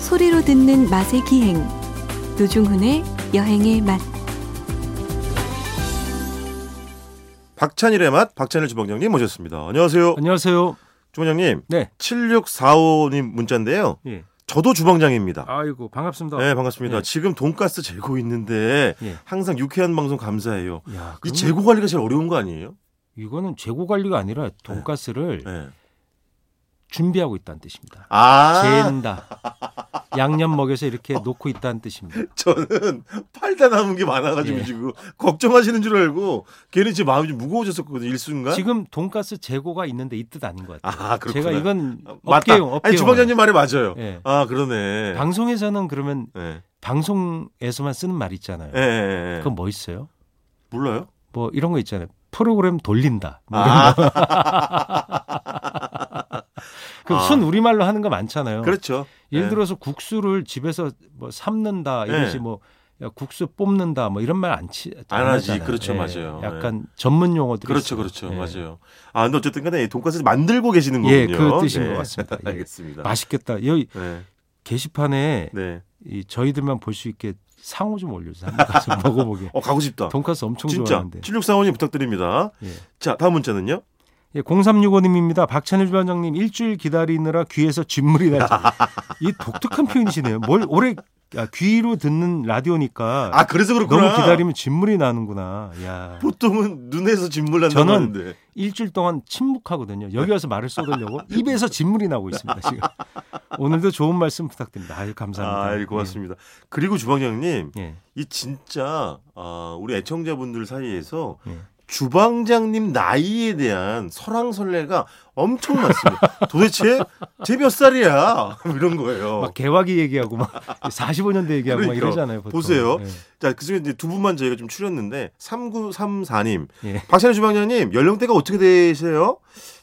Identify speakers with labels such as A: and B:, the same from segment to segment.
A: 소리로 듣는 맛의 기행 노중훈의 여행의 맛
B: 박찬일의 맛 박찬일 주방장님 모셨습니다. 안녕하세요.
C: 안녕하세요.
B: 주방장님
C: 네.
B: 7645님 문자인데요.
C: 예.
B: 저도 주방장입니다.
C: 아이고 반갑습니다.
B: 네 반갑습니다.
C: 예.
B: 지금 돈가스 재고 있는데
C: 예.
B: 항상 유쾌한 방송 감사해요.
C: 야,
B: 이
C: 그럼
B: 재고 관리가 제일 어려운 거 아니에요?
C: 이거는 재고 관리가 아니라 돈가스를
B: 네.
C: 준비하고 있다는 뜻입니다.
B: 아 어.
C: 재는다. 양념 먹여서 이렇게 놓고 있다는 뜻입니다.
B: 저는 팔다 남은 게 많아가지고
C: 예.
B: 지금 걱정하시는 줄 알고 괜히 제 마음이 좀 무거워졌었거든요. 일순간.
C: 지금 돈가스 재고가 있는데 이 뜻 아닌 것 같아요.
B: 그? 아 그렇구나.
C: 제가 이건
B: 아, 맞다.
C: 업계용 업계용.
B: 아니 주방장님 말이 맞아요.
C: 예.
B: 아 그러네.
C: 방송에서는 그러면
B: 예.
C: 방송에서만 쓰는 말 있잖아요.
B: 예, 예, 예.
C: 그건 뭐 있어요?
B: 몰라요?
C: 뭐 이런 거 있잖아요. 프로그램 돌린다. 뭐 이런
B: 아
C: 그
B: 아.
C: 순 우리말로 하는 거 많잖아요.
B: 그렇죠.
C: 예를
B: 예.
C: 들어서 국수를 집에서 뭐 삶는다 이것이
B: 예.
C: 뭐 야, 국수 뽑는다 뭐 이런 말 안 치.
B: 안 하지.
C: 하잖아요. 예.
B: 그렇죠, 맞아요.
C: 약간 전문 용어들이
B: 그렇죠,
C: 있어요.
B: 그렇죠,
C: 예.
B: 맞아요. 아, 근데 어쨌든간에 돈가스 만들고 계시는 거군요.
C: 예, 그 뜻인 것 같습니다. 예.
B: 네. 알겠습니다.
C: 맛있겠다. 여기
B: 네,
C: 게시판에
B: 네.
C: 이 저희들만 볼 수 있게 상호 좀 올려주세요. 한번 가서 먹어보게.
B: 어 가고 싶다.
C: 돈까스 엄청
B: 진짜.
C: 좋아하는데.
B: 7645님 부탁드립니다.
C: 예.
B: 자, 다음 문자는요.
C: 예, 0365님입니다. 박찬일 주반장님 일주일 기다리느라 귀에서 진물이 나죠. 이 독특한 표현이시네요. 뭘 오래 아, 귀로 듣는 라디오니까
B: 아, 그래서 그렇구나.
C: 너무 기다리면 진물이 나는구나. 야.
B: 보통은 눈에서 진물 난다고
C: 저는-
B: 하는데.
C: 일주일 동안 침묵하거든요. 여기 와서 말을 쏟으려고 입에서 진물이 나고 있습니다. 지금 오늘도 좋은 말씀 부탁드립니다. 아유 감사합니다.
B: 아, 고맙습니다. 그리고 주방장님,
C: 예. 예.
B: 이 진짜 아, 우리 애청자분들 사이에서
C: 예.
B: 주방장님 나이에 대한 설왕설래가 엄청 많습니다. 도대체 제 몇 살이야? 이런 거예요.
C: 막 개화기 얘기하고 막 45년대 얘기하고 막
B: 그러니까.
C: 뭐 이러잖아요. 보통.
B: 보세요.
C: 예.
B: 자, 그 중에 이제 두 분만 저희가 좀 추렸는데 3934님.
C: 예.
B: 박찬희 주방장님, 연령대가 어떻게 되세요?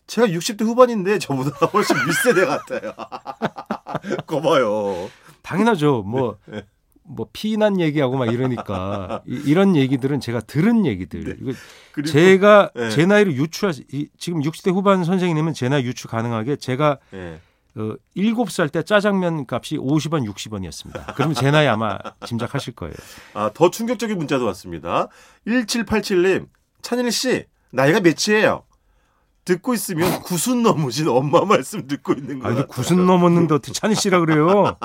B: 제가 60대 후반인데 저보다 훨씬 윗세대 같아요. 거봐요.
C: 당연하죠. 뭐.
B: 네.
C: 뭐 피난 얘기하고 막 이러니까 이, 런 얘기들은 제가 들은 얘기들 이거
B: 네. 그리고
C: 제가
B: 예.
C: 제 나이를 유추할 수- 이, 지금 60대 후반 선생님은 제 나이 유추 가능하게 제가
B: 예.
C: 어, 7살 때 짜장면 값이 50원 60원이었습니다. 그러면 제 나이 아마 짐작하실 거예요.
B: 아, 더 충격적인 문자도 왔습니다. 1787님, 찬일 씨, 나이가 몇이에요? 듣고 있으면 구순 넘으신 엄마 말씀 듣고 있는
C: 아, 이게
B: 거예요.
C: 구순 넘었는데 어떻게 찬희 씨라 그래요?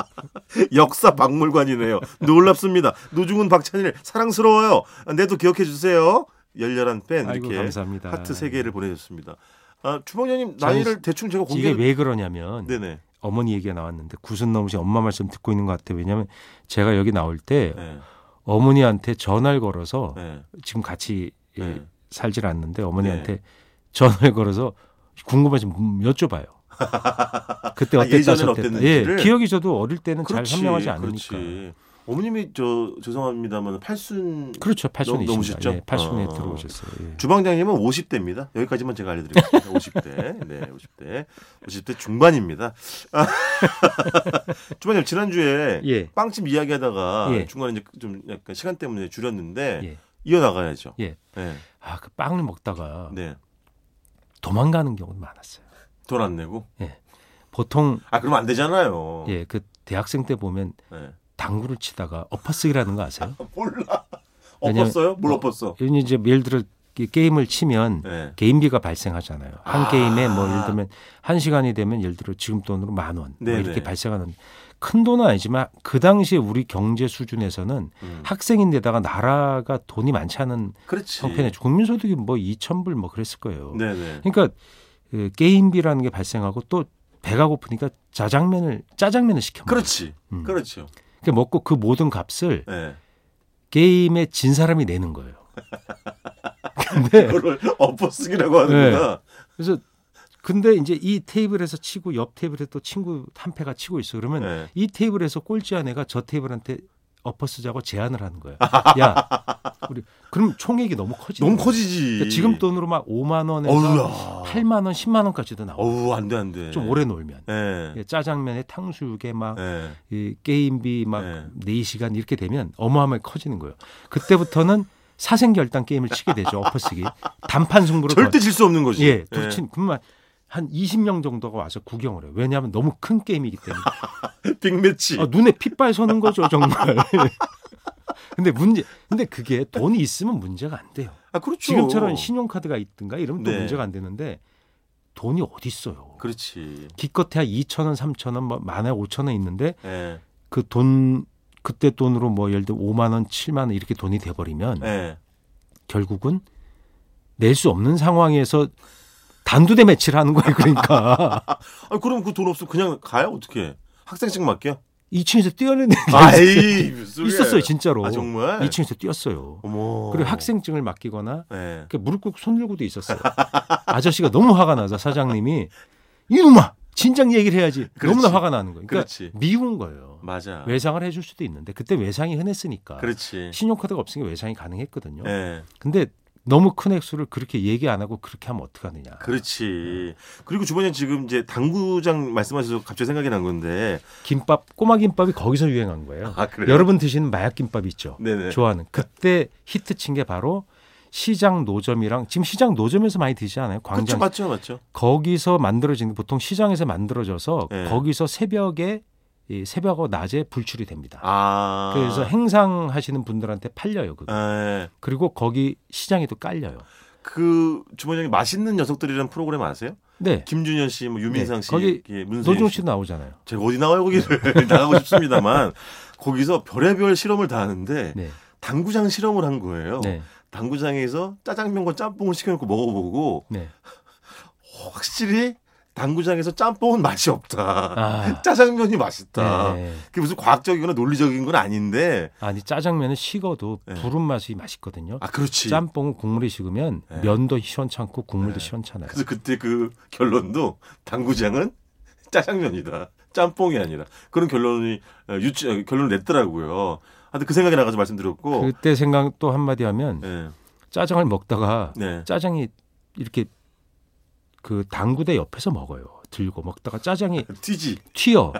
B: 역사 박물관이네요. 놀랍습니다. 노중훈 박찬일 사랑스러워요. 내도 기억해 주세요. 열렬한 팬
C: 아이고
B: 이렇게
C: 감사합니다. 네.
B: 하트 세 개를 보내줬습니다. 아, 주방장님
C: 저는
B: 나이를 대충 제가 공개.
C: 이게 왜 그러냐면
B: 네네.
C: 어머니 얘기가 나왔는데 구순 넘으신 엄마 말씀 듣고 있는 것 같아요. 왜냐하면 제가 여기 나올 때
B: 네.
C: 어머니한테 전화를 걸어서
B: 네.
C: 지금 같이 예,
B: 네.
C: 살질 않는데 어머니한테 전화를 걸어서 궁금하시면 여쭤봐요. 그때
B: 아,
C: 어땠다
B: 예전엔
C: 저땠다. 예,
B: 어땠는지를?
C: 기억이 저도 어릴 때는
B: 그렇지,
C: 잘 선명하지 않으니까.
B: 그렇지. 어머님이 저 죄송합니다만 팔순
C: 그렇죠 80년이
B: 넘으셨죠?
C: 예, 80년에
B: 어.
C: 들어오셨어요. 예.
B: 주방장님은 50대입니다. 여기까지만 제가 알려드리겠습니다. 50대. 네, 50대. 50대 중반입니다. 아, 주방장님, 지난주에
C: 예.
B: 빵집 이야기 하다가
C: 예.
B: 중간에 이제 좀 약간 시간 때문에 줄였는데
C: 예.
B: 이어나가야죠.
C: 예.
B: 네.
C: 아, 그 빵을 먹다가
B: 네.
C: 도망가는 경우도 많았어요.
B: 돈 안 내고.
C: 보통
B: 아, 그러면 안 되잖아요.
C: 예, 그 대학생 때 보면
B: 네.
C: 당구를 치다가 엎어쓰기라는 거 아세요?
B: 아, 몰라.
C: 왜냐면- 뭐
B: 엎었어요? 뭘 엎었어?
C: 이런 이제 예를 들어 이 게임을 치면
B: 네.
C: 게임비가 발생하잖아요. 한
B: 아.
C: 게임에 뭐 예를 들면 한 시간이 되면 예를 들어 지금 돈으로 만 원, 뭐
B: 네네.
C: 이렇게 발생하는 큰 돈은 아니지만 그 당시에 우리 경제 수준에서는
B: 음.
C: 학생인데다가 나라가 돈이 많지 않은
B: 그렇지.
C: 형편에 국민소득이 뭐 2천 불 뭐 그랬을 거예요.
B: 네네.
C: 그러니까 그 게임비라는 게 발생하고 또 배가 고프니까 자장면을 짜장면을 시켜 먹어요.
B: 그렇지.
C: 음.
B: 그렇죠.
C: 그러니까 먹고 그 모든 값을
B: 네.
C: 게임에 진 사람이 내는 거예요. 근데
B: 그걸 엎어쓰기라고 하는구나.
C: 그래서 근데 이제 이 테이블에서 치고 옆 테이블에 또 친구 한 패가 치고 있어. 그러면
B: 네.
C: 이 테이블에서 꼴찌한 애가 저 테이블한테 엎어쓰자고 제안을 하는 거예요. 야, 우리 그럼 총액이 너무 커지.
B: 너무 커지지.
C: 그러니까 지금 돈으로 막 5만 원에서
B: 어우야.
C: 8만 원, 10만 원까지도 나와.
B: 어우 네. 안 돼 안돼.
C: 좀 오래 놀면
B: 예.
C: 예, 짜장면에 탕수육에 막
B: 예.
C: 이 게임비 막
B: 네.
C: 네시간 이렇게 되면 어마어마하게 커지는 거예요. 그때부터는 사생결단 게임을 치게 되죠. 엎어쓰기. 단판 승부로
B: 절대 질 수 없는 거지. 예.
C: 예, 둘친 그만 한 20명 정도가 와서 구경을 해요. 왜냐하면 너무 큰 게임이기 때문에.
B: 빅매치.
C: 아, 눈에 핏발 서는 거죠, 정말. 근데 문제, 근데 그게 돈이 있으면 문제가 안 돼요.
B: 아, 그렇죠.
C: 지금처럼 신용카드가 있든가 이러면 또
B: 네.
C: 문제가 안 되는데 돈이 어디 있어요?
B: 그렇지.
C: 기껏해야 2천 원, 3천 원, 뭐 만에 5천 원 있는데
B: 예.
C: 그 돈 그때 돈으로 뭐 예를 들어 5만 원, 7만 원 이렇게 돈이 돼버리면
B: 예.
C: 결국은 낼 수 없는 상황에서 단두대 매치를 하는 거예요. 그러니까
B: 아, 그럼 그 돈 없으면 그냥 가요? 어떻게? 학생증 맡겨?
C: 2층에서 뛰어내는
B: 아이, 무슨 소리야.
C: 있었어요, 진짜로.
B: 아, 정말?
C: 2층에서 뛰었어요.
B: 어머.
C: 그리고 학생증을 맡기거나
B: 예.
C: 그 무릎 꿇고 손 들고도 있었어요. 아저씨가 너무 화가 나서 사장님이 이놈아 진작 얘기를 해야지.
B: 그렇지.
C: 너무나 화가 나는 거예요. 그러니까
B: 그렇지.
C: 미운 거예요.
B: 맞아.
C: 외상을 해줄 수도 있는데 그때 외상이 흔했으니까
B: 그렇지.
C: 신용카드가 없으니까 외상이 가능했거든요.
B: 예.
C: 근데 너무 큰 액수를 그렇게 얘기 안 하고 그렇게 하면 어떡하느냐.
B: 그렇지. 그리고 주번에 지금 이제 당구장 말씀하셔서 갑자기 생각이 난 건데.
C: 김밥 꼬마 김밥이 거기서 유행한 거예요.
B: 아, 그래요?
C: 여러분 드시는 마약 김밥 있죠.
B: 네네.
C: 좋아하는 그때 히트 친 게 바로 시장 노점이랑 지금 시장 노점에서 많이 드시지 않아요?
B: 그렇죠.
C: 광장
B: 맞죠. 맞죠.
C: 거기서 만들어지는 게 보통 시장에서 만들어져서
B: 네.
C: 거기서 새벽에 이 새벽하고 낮에 불출이 됩니다.
B: 아.
C: 그래서 행상하시는 분들한테 팔려요. 그거.
B: 예.
C: 그리고 거기 시장에 도 깔려요.
B: 그 주번장님 맛있는 녀석들이라는 프로그램 아세요?
C: 네.
B: 김준현 씨, 뭐 유민상
C: 네,
B: 씨,
C: 거기 네.
B: 예, 문세윤
C: 노종
B: 씨.
C: 씨도 나오잖아요.
B: 제가 어디 나와요 거기를 나가고 싶습니다만 거기서 별의별 실험을 다 하는데
C: 네.
B: 당구장 실험을 한 거예요.
C: 네.
B: 당구장에서 짜장면과 짬뽕을 시켜놓고 먹어보고
C: 네.
B: 확실히 당구장에서 짬뽕은 맛이 없다.
C: 아.
B: 짜장면이 맛있다.
C: 네.
B: 그게 무슨 과학적이거나 논리적인 건 아닌데
C: 아니 짜장면은 식어도
B: 네.
C: 부른 맛이 맛있거든요.
B: 아 그렇지.
C: 짬뽕은 국물이 식으면
B: 네.
C: 면도 시원찮고 국물도
B: 네.
C: 시원찮아요.
B: 그래서 그때 그 결론도 당구장은 짜장면이다. 짬뽕이 아니라 그런 결론이 어, 유치 어, 결론을 냈더라고요. 하여튼 그 생각이 나가서 말씀드렸고
C: 그때 생각 또 한마디 하면
B: 네.
C: 짜장을 먹다가
B: 네.
C: 짜장이 이렇게 그 당구대 옆에서 먹어요. 들고 먹다가 짜장이
B: 튀지.
C: 튀어.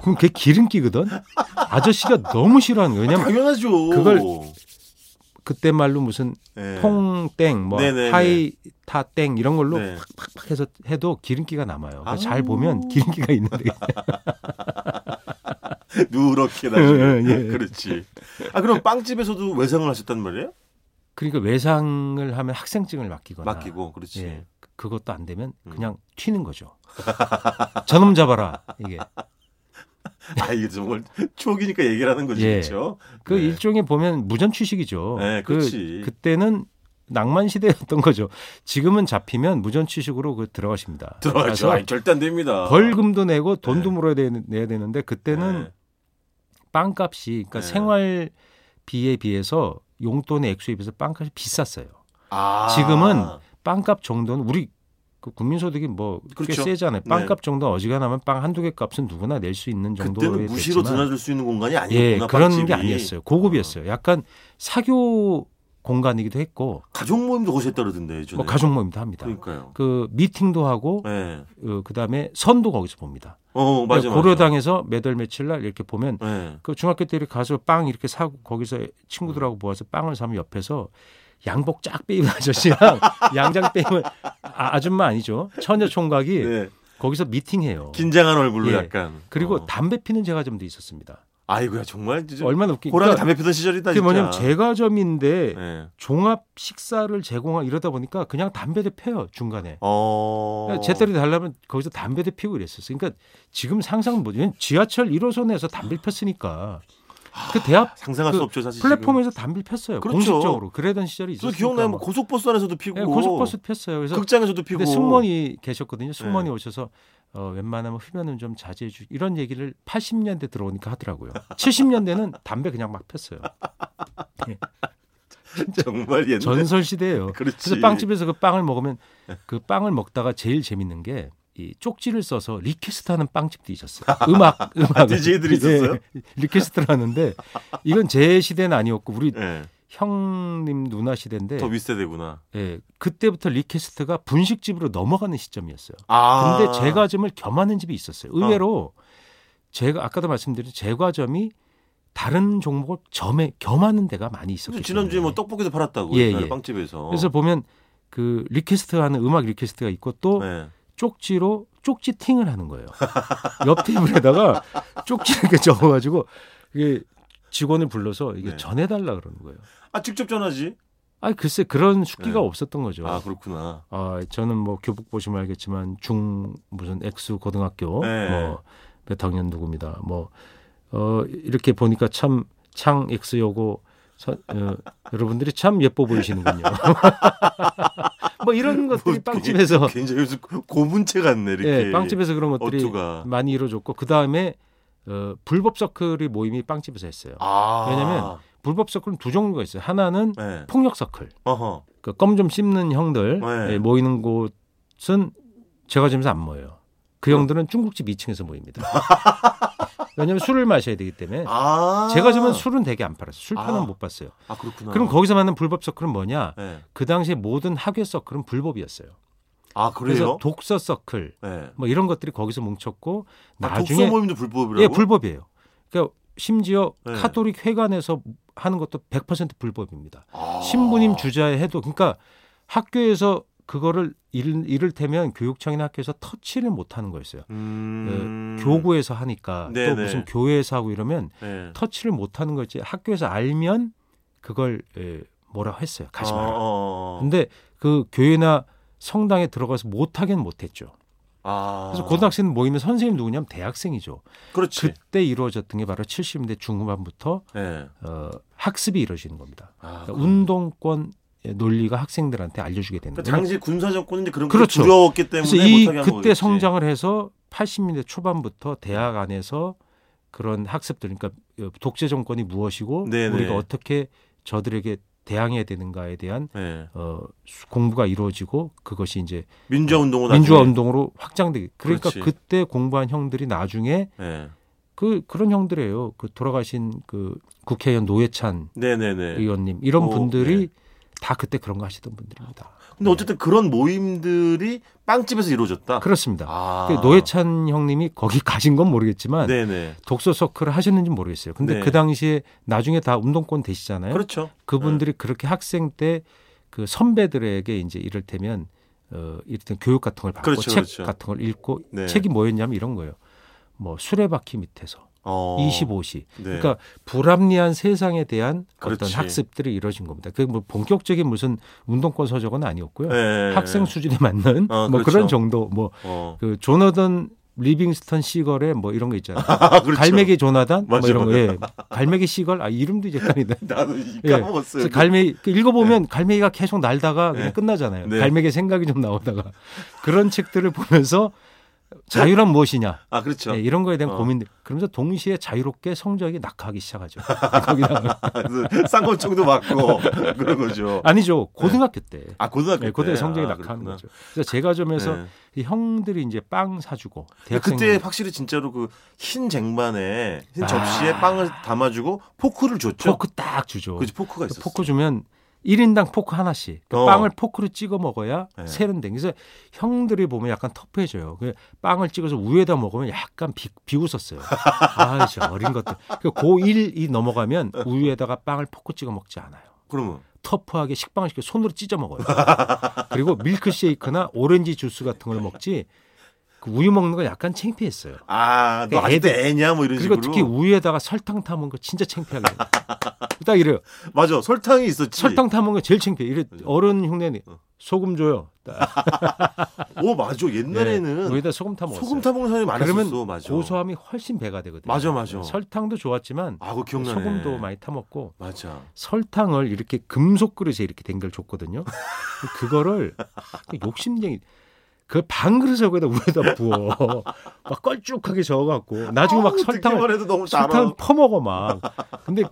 C: 그럼 그게 기름기거든. 아저씨가 너무 싫어하는 거예요. 왜냐면
B: 당연하죠.
C: 그걸 그때 말로 무슨
B: 예.
C: 통땡, 뭐
B: 네네네.
C: 하이타땡 이런 걸로
B: 네.
C: 팍팍 해서 해도 기름기가 남아요. 그러니까 잘
B: 아우.
C: 보면 기름기가 있는데
B: 누렇게 나중에.
C: 예, 예.
B: 그렇지. 아 그럼 빵집에서도 외상을 하셨단 말이에요?
C: 그러니까 외상을 하면 학생증을 맡기거나
B: 맡기고 그렇지. 음.
C: 예, 그것도 안 되면 그냥 튀는 거죠. 저놈 잡아라 이게
B: 아 이게 정말 추억이니까 얘기를 하는 거지
C: 예.
B: 그렇죠.
C: 그
B: 네.
C: 일종의 보면 무전 취식이죠.
B: 네, 그렇지.
C: 그, 그때는 낭만 시대였던 거죠. 지금은 잡히면 무전 취식으로 그 들어가십니다.
B: 들어가죠.
C: 그래서
B: 아니, 절대 안 됩니다.
C: 벌금도 내고 돈도
B: 네.
C: 물어야 되, 내야 되는데 그때는
B: 네.
C: 빵값이 그러니까
B: 네.
C: 생활비에 비해서 용돈의 액수에 비해서 빵값이 비쌌어요.
B: 아.
C: 지금은 빵값 정도는 우리 그 국민소득이 뭐 꽤
B: 그렇죠.
C: 세잖아요.
B: 네.
C: 빵값 정도 어지간하면 빵 한두 개 값은 누구나 낼 수 있는 정도의
B: 그때는 무시로
C: 됐지만
B: 드나들 수 있는 공간이
C: 예,
B: 아니었구나.
C: 그런
B: 빵집이.
C: 게 아니었어요. 고급이었어요. 약간 사교 공간이기도 했고
B: 가족 모임도 거기서 했다 그러던데 예전에.
C: 뭐 가족 모임도 합니다. 그
B: 그렇죠. 그러니까요.
C: 미팅도 하고
B: 예.
C: 어, 그다음에 선도 거기서 봅니다.
B: 어 맞아 맞아.
C: 고려당에서 매달 며칠 날 이렇게 보면
B: 예.
C: 그 중학교 때 이렇게 가서 빵 이렇게 사고 거기서 친구들하고 모아서 빵을 사면 옆에서 양복 쫙 빼입은 아저씨랑 양장 빼입은 아, 줌마 아니죠 처녀 총각이
B: 네.
C: 거기서 미팅해요.
B: 긴장한 얼굴로
C: 예.
B: 약간.
C: 그리고
B: 어.
C: 담배 피는 제과점도 있었습니다.
B: 아이고야 정말 진짜
C: 얼마나 웃기?
B: 호랑이
C: 그러니까
B: 담배 피던 시절이다.
C: 그게
B: 진짜.
C: 뭐냐면 제과점인데
B: 예.
C: 종합 식사를 제공하 이러다 보니까 그냥 담배도 펴요 중간에.
B: 어.
C: 그러니까 제때로 달라면 거기서 담배도 피우고 이랬었어요. 그러니까 지금 상상 못. 왜냐면 지하철 1호선에서 담배 를 폈으니까 그 대학
B: 상상할
C: 그
B: 수 없죠 사실.
C: 플랫폼에서 담배를 폈어요.
B: 그렇죠.
C: 공식적으로 그러던 시절이
B: 지금. 저
C: 있었어요.
B: 기억나요? 뭐 고속버스 안에서도 피고.
C: 예, 고속버스 폈어요. 그래서
B: 극장에서도 피고. 네.
C: 근데 승무원이 계셨거든요. 승무원이 오셔서 어, 웬만하면 흡연은 좀 자제해 주. 이런 얘기를 80년대 들어오니까 하더라고요. 70년대는 담배 그냥 막 폈어요.
B: 정말 옛날.
C: 전설 시대예요.
B: 네. 그렇지.
C: 그래서 빵집에서 그 빵을 먹으면 그 빵을 먹다가 제일 재밌는 게 이 쪽지를 써서 리퀘스트하는 빵집도 있었어요. 음악 음악
B: DJ들이 있었어요?
C: 리퀘스트를 하는데 이건 제 시대는 아니었고 우리
B: 예.
C: 형님 누나 시대인데
B: 더 윗세대구나.
C: 예, 그때부터 리퀘스트가 분식집으로 넘어가는 시점이었어요.
B: 아.
C: 근데 제과점을 겸하는 집이 있었어요. 의외로 제가 아까도 말씀드린 제과점이 다른 종목을 점에 겸하는 데가 많이 있었기
B: 근데
C: 때문에
B: 지난주에 뭐 어. 떡볶이도 팔았다고
C: 예,
B: 옛날에
C: 예.
B: 빵집에서.
C: 그래서 보면 그 리퀘스트 하는 음악 리퀘스트가 있고 또
B: 예.
C: 쪽지로 쪽지 팅을 하는 거예요. 옆 테이블에다가 쪽지 이렇게 적어가지고 이게 직원을 불러서 이게
B: 네.
C: 전해달라 그러는 거예요.
B: 아 직접 전화지.
C: 아 글쎄 그런 숙기가
B: 네.
C: 없었던 거죠.
B: 아
C: 아,
B: 그렇구나.
C: 저는 뭐 교복 보시면 알겠지만 중 무슨 액수 고등학교
B: 네.
C: 뭐몇 학년 누구입니다. 뭐 어, 이렇게 보니까 참 창 액수 여고 서- 어, 여러분들이 참 예뻐 보이시는군요. 뭐 이런 것들이
B: 뭐,
C: 빵집에서
B: 굉장히 요즘 고문체 같네 이렇게.
C: 예, 빵집에서 그런 것들이
B: 어투가.
C: 많이 이루어졌고 그 다음에 어, 불법 서클이 모임이 빵집에서 했어요.
B: 아
C: 왜냐면- 불법 서클은 두 종류가 있어요. 하나는
B: 네.
C: 폭력 서클,
B: 어허.
C: 그 껌 좀 씹는 형들
B: 네.
C: 예, 모이는 곳은 제가 지면서 안 모여요. 그 형들은 중국집 2층에서 모입니다. 왜냐하면 술을 마셔야 되기 때문에
B: 아
C: 네. 제가 지면 술은 되게 안 팔았어요. 술 파는
B: 아.
C: 못 봤어요.
B: 아 그렇구나.
C: 그럼 거기서 만난 불법 서클은 뭐냐?
B: 네.
C: 그 당시에 모든 학교 서클은 불법이었어요.
B: 아
C: 그래서
B: 그래요?
C: 독서 서클
B: 네.
C: 뭐 이런 것들이 거기서 뭉쳤고
B: 아,
C: 나중에
B: 독서 모임도 불법이라고?
C: 예, 불법이에요. 그러니까 심지어
B: 네.
C: 카톨릭 회관에서 하는 것도 100% 불법입니다.
B: 아.
C: 신부님 주자에 해도 그러니까 학교에서 그거를 이를, 이를테면 교육청이나 학교에서 터치를 못 하는 거였어요.
B: 음...
C: 예, 교구에서 하니까
B: 네네.
C: 또 무슨 교회에서 하고 이러면
B: 네.
C: 터치를 못 하는 거지 학교에서 알면 그걸 예, 뭐라 했어요. 가지 마라.
B: 어, 어, 어.
C: 근데 그 교회나 성당에 들어가서 못 하긴 못 했죠.
B: 아.
C: 그래서 고등학생 모이면 선생님 누구냐면 대학생이죠.
B: 그렇지.
C: 그때 이루어졌던 게 바로 70년대 중후반부터
B: 네.
C: 어, 학습이 이루어지는 겁니다.
B: 아,
C: 그러니까 운동권 논리가 학생들한테 알려주게 되는
B: 그러니까
C: 거예요.
B: 당시 군사 정권은 이제 그런 게
C: 그렇죠.
B: 두려웠기 때문에
C: 그래서 이
B: 못하게 한
C: 그때
B: 거겠지.
C: 성장을 해서 80년대 초반부터 대학 안에서 그런 학습들, 그러니까 독재 정권이 무엇이고
B: 네네.
C: 우리가 어떻게 저들에게 대항해야 되는가에 대한
B: 네.
C: 어, 수- 공부가 이루어지고 그것이 이제
B: 민주화 운동은
C: 네. 민주화
B: 나중에-
C: 운동으로 확장되기. 그러니까
B: 그렇지.
C: 그때 공부한 형들이 나중에
B: 네.
C: 그 그런 형들이에요. 그 돌아가신 그 국회의원 노회찬
B: 네네네.
C: 의원님 이런
B: 어,
C: 분들이 다 그때 그런 거 하시던 분들입니다.
B: 근데 어쨌든 그런 모임들이 빵집에서 이루어졌다.
C: 네. 그렇습니다.
B: 아.
C: 그 노회찬 형님이 거기 가신 건 모르겠지만
B: 네네.
C: 독서 서클을 하셨는지 는 모르겠어요. 근데
B: 네.
C: 그 당시에 나중에 다 운동권 되시잖아요.
B: 그렇죠.
C: 분들이 그렇게 학생 때 그 선배들에게 이제 이를테면 어 이를테면 교육 같은 걸 받고
B: 그렇죠,
C: 책
B: 그렇죠.
C: 같은 걸 읽고
B: 네.
C: 책이 뭐였냐면 이런 거예요. 뭐 수레바퀴 밑에서
B: 어.
C: 25시
B: 네.
C: 그러니까 불합리한 세상에 대한
B: 그렇지.
C: 어떤 학습들이 이루어진 겁니다. 그 뭐 본격적인 무슨 운동권 서적은 아니었고요.
B: 네.
C: 학생 수준에 맞는
B: 아,
C: 뭐
B: 그렇죠.
C: 그런 정도 뭐
B: 어.
C: 그 조너던 리빙스턴 시걸의 뭐 이런 거 있잖아요.
B: 아, 그렇죠.
C: 갈매기 조나단 뭐
B: 맞아,
C: 이런 거. 예. 갈매기 시걸 아 이름도 이제 헷갈리네.
B: 나도 이
C: 예.
B: 까먹었어요. 뭐
C: 그래서 갈매기 그 읽어보면 갈매기가 계속 날다가 그냥
B: 네.
C: 끝나잖아요.
B: 네.
C: 갈매기 생각이 좀 나오다가 그런 책들을 보면서 자유란 무엇이냐
B: 아 그렇죠.
C: 네, 이런 거에 대한
B: 어.
C: 고민들. 그러면서 동시에 자유롭게 성적이 낙하하기 시작하죠. 거기다가
B: 아, 그래서 쌍권총도 맞고 그런 거죠.
C: 아니죠. 고등학교 때.
B: 아 고등학교
C: 네,
B: 때.
C: 고등학교 성적이
B: 아,
C: 낙하하는
B: 그렇구나.
C: 거죠. 그래서 제가 점에서
B: 네.
C: 이 형들이 이제 빵 사주고 대학생
B: 그때 확실히 진짜로 그 흰 쟁반에 흰
C: 아.
B: 접시에 빵을 담아주고 포크를 줬죠.
C: 포크 딱 주죠.
B: 그지 포크가 있었어.
C: 포크 주면 1인당 포크 하나씩. 그
B: 어.
C: 빵을 포크로 찍어 먹어야
B: 네.
C: 세련된. 그래서 형들이 보면 약간 터프해져요. 그 빵을 찍어서 우유에다 먹으면 약간 비, 비웃었어요. 아, 저 어린 것들. 고1이 넘어가면 우유에다가 빵을 포크 찍어 먹지 않아요.
B: 그러면
C: 터프하게 식빵을 시켜 손으로 찢어 먹어요. 그리고 밀크쉐이크나 오렌지 주스 같은 걸 먹지 그 우유 먹는 건 약간 창피했어요.
B: 아너
C: 그러니까
B: 아직도
C: 애들-
B: 애냐 뭐 이런
C: 그리고
B: 식으로.
C: 특히 우유에다가 설탕 타먹은 거 진짜 창피하게. 딱 이래요.
B: 맞아 설탕이 있었지.
C: 설탕 타먹은 거 제일 창피해. 이래
B: 맞아.
C: 어른 흉내내.
B: 어.
C: 소금 줘요. 딱.
B: 오 맞아
C: 네,
B: 옛날에는
C: 우유에다 소금 타먹었어요.
B: 소금 타먹는 사람이
C: 그러면
B: 많았었어. 맞아.
C: 고소함이 훨씬 배가 되거든요.
B: 맞아, 맞아.
C: 설탕도 좋았지만
B: 아 그거 기억나네.
C: 소금도 많이 타먹고
B: 맞아.
C: 설탕을 이렇게 금속 그릇에 이렇게 댕겨 줬거든요. 그거를 욕심쟁이 그 반 그릇에 거기다 우에다 부어 막 껄쭉하게 저어갖고 나중에 막
B: 어우,
C: 설탕을
B: 듣기만 해도 너무 달아.
C: 설탕 퍼먹어 막 근데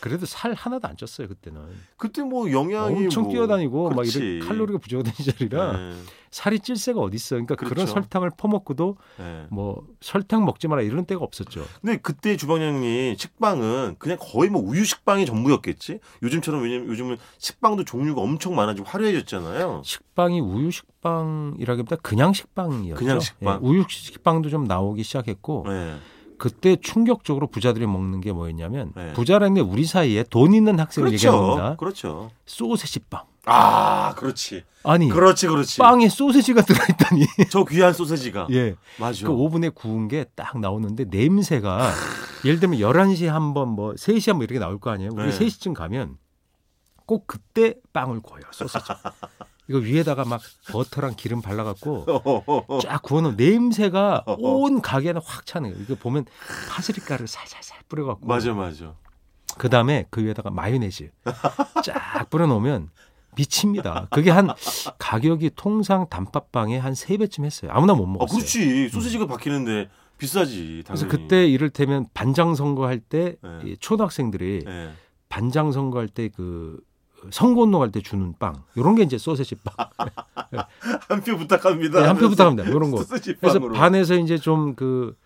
C: 그래도 살 하나도 안 쪘어요 그때는
B: 그때 뭐 영양이
C: 어, 엄청
B: 뭐...
C: 뛰어다니고 막
B: 그렇지.
C: 이런 칼로리가 부족하던 시절이라
B: 네,
C: 살이 찔 새가 어디 있어 그러니까 그런
B: 그렇죠.
C: 설탕을 퍼먹고도
B: 네. 그렇죠.
C: 뭐 설탕 먹지 마라 이런 때가 없었죠
B: 근데 그때 주방장님 식빵은 그냥 거의 뭐 우유 식빵이 전부였겠지. 요즘처럼 왜냐면 요즘은 식빵도 종류가 엄청 많아지고 화려해졌잖아요.
C: 식빵이 우유 식빵이라기보다 그냥 식빵이었죠.
B: 그냥 식빵.
C: 예, 우유 식빵도 좀 나오기 시작했고
B: 네.
C: 그때 충격적으로 부자들이 먹는 게 뭐였냐면
B: 네.
C: 부자라는 게 우리 사이에 돈 있는 학생을 얘기하는 겁니다.
B: 그렇죠.
C: 소세지빵.
B: 아, 그렇지.
C: 아니
B: 그렇지, 그렇지.
C: 빵에 소세지가 들어있다니.
B: 저 귀한 소세지가.
C: 예.
B: 맞아.
C: 그 오븐에 구운 게 딱 나오는데 냄새가 예를 들면 11시에 한 번 뭐 3시 한 번 이렇게 나올 거 아니에요. 우리
B: 네.
C: 3시쯤 가면 꼭 그때 빵을 구워요. 소시지. 이거 위에다가 막 버터랑 기름 발라 갖고
B: 오븐.
C: 쫙 구워 놓은 냄새가
B: 어, 어.
C: 온 가게는 확 차는 거예요. 이거 보면 파스리가를 살살살 뿌려 갖고
B: 맞아, 맞아.
C: 그다음에 그 위에다가 마요네즈 쫙 뿌려 놓으면 미칩니다. 그게 한 가격이 통상 단팥빵에 한 세배쯤 했어요. 아무나 못
B: 아,
C: 먹었어요. 음.
B: 그렇지. 소세지가 바뀌는데 비싸지.
C: 그래서
B: 당연히.
C: 그때 이를테면 반장 선거할 때
B: 네.
C: 이 초등학생들이
B: 예.
C: 반장 선거할 때 그 선거운동할 때 주는 빵 이런 게 이제 소세지
B: 아,
C: 빵
B: 한표 부탁합니다.
C: 네, 한 표부터 합니다 이런 거
B: 소세지
C: 그래서
B: 빵으로.
C: 반에서 이제 좀 그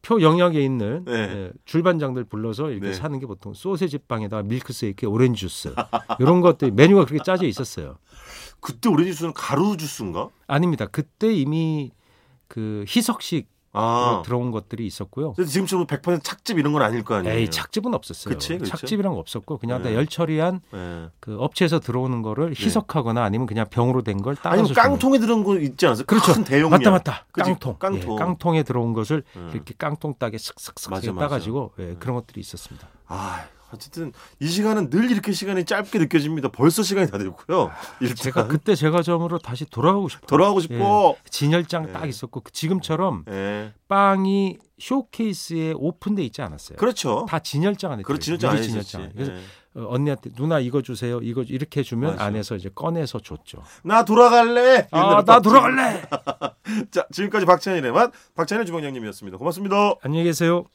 C: 표 영역에 있는
B: 네.
C: 예, 줄반장들 불러서 이렇게
B: 네.
C: 사는 게 보통 소세지 빵에다가 밀크 세이크, 오렌지 주스 이런 것들 메뉴가 그렇게 짜져 있었어요.
B: 그때 오렌지 주스는 가루 주스인가?
C: 아닙니다. 그때 이미 그 희석식
B: 아.
C: 로 들어온 것들이 있었고요.
B: 근데 지금처럼 100% 착즙 이런 건 아닐 거 아니에요.
C: 에이 착즙은 없었어요.
B: 그치, 그치.
C: 착즙이란 거 없었고 그냥 다
B: 네.
C: 열처리한
B: 예.
C: 그 업체에서 들어오는 거를 희석하거나 아니면 그냥 병으로 된 걸 따서
B: 네. 아니면 깡통에 들은 거 있지 않았어요?
C: 그렇죠.
B: 큰 대용량.
C: 맞다 맞다
B: 그치?
C: 깡통
B: 깡통.
C: 예, 깡통에 들어온 것을
B: 예.
C: 이렇게 깡통 따게 슥슥슥
B: 맞아, 네. 맞아.
C: 따가지고 예, 그런 것들이 있었습니다.
B: 아, 어쨌든 이 시간은 늘 이렇게 시간이 짧게 느껴집니다. 벌써 시간이 다 됐고요. 일단
C: 아, 제가 그때 제가 점으로 다시 돌아가고 싶어요.
B: 돌아가고 싶고.
C: 진열장 딱
B: 예.
C: 있었고 그 지금처럼
B: 예.
C: 빵이 쇼케이스에 오픈돼 있지 않았어요.
B: 그렇죠.
C: 다 진열장 안에
B: 그렇지 진짜
C: 들어있어요. 유리
B: 아니었지. 네.
C: 진열장. 그래서 어, 언니한테 누나 이거 주세요. 이거 주- 이렇게 주면
B: 맞아.
C: 안에서 이제 꺼내서 줬죠.
B: 나 돌아갈래.
C: 아 나 돌아갈래.
B: 자, 지금까지 박찬일의 맛 박찬일 주방장님이었습니다. 고맙습니다.
C: 안녕히 계세요.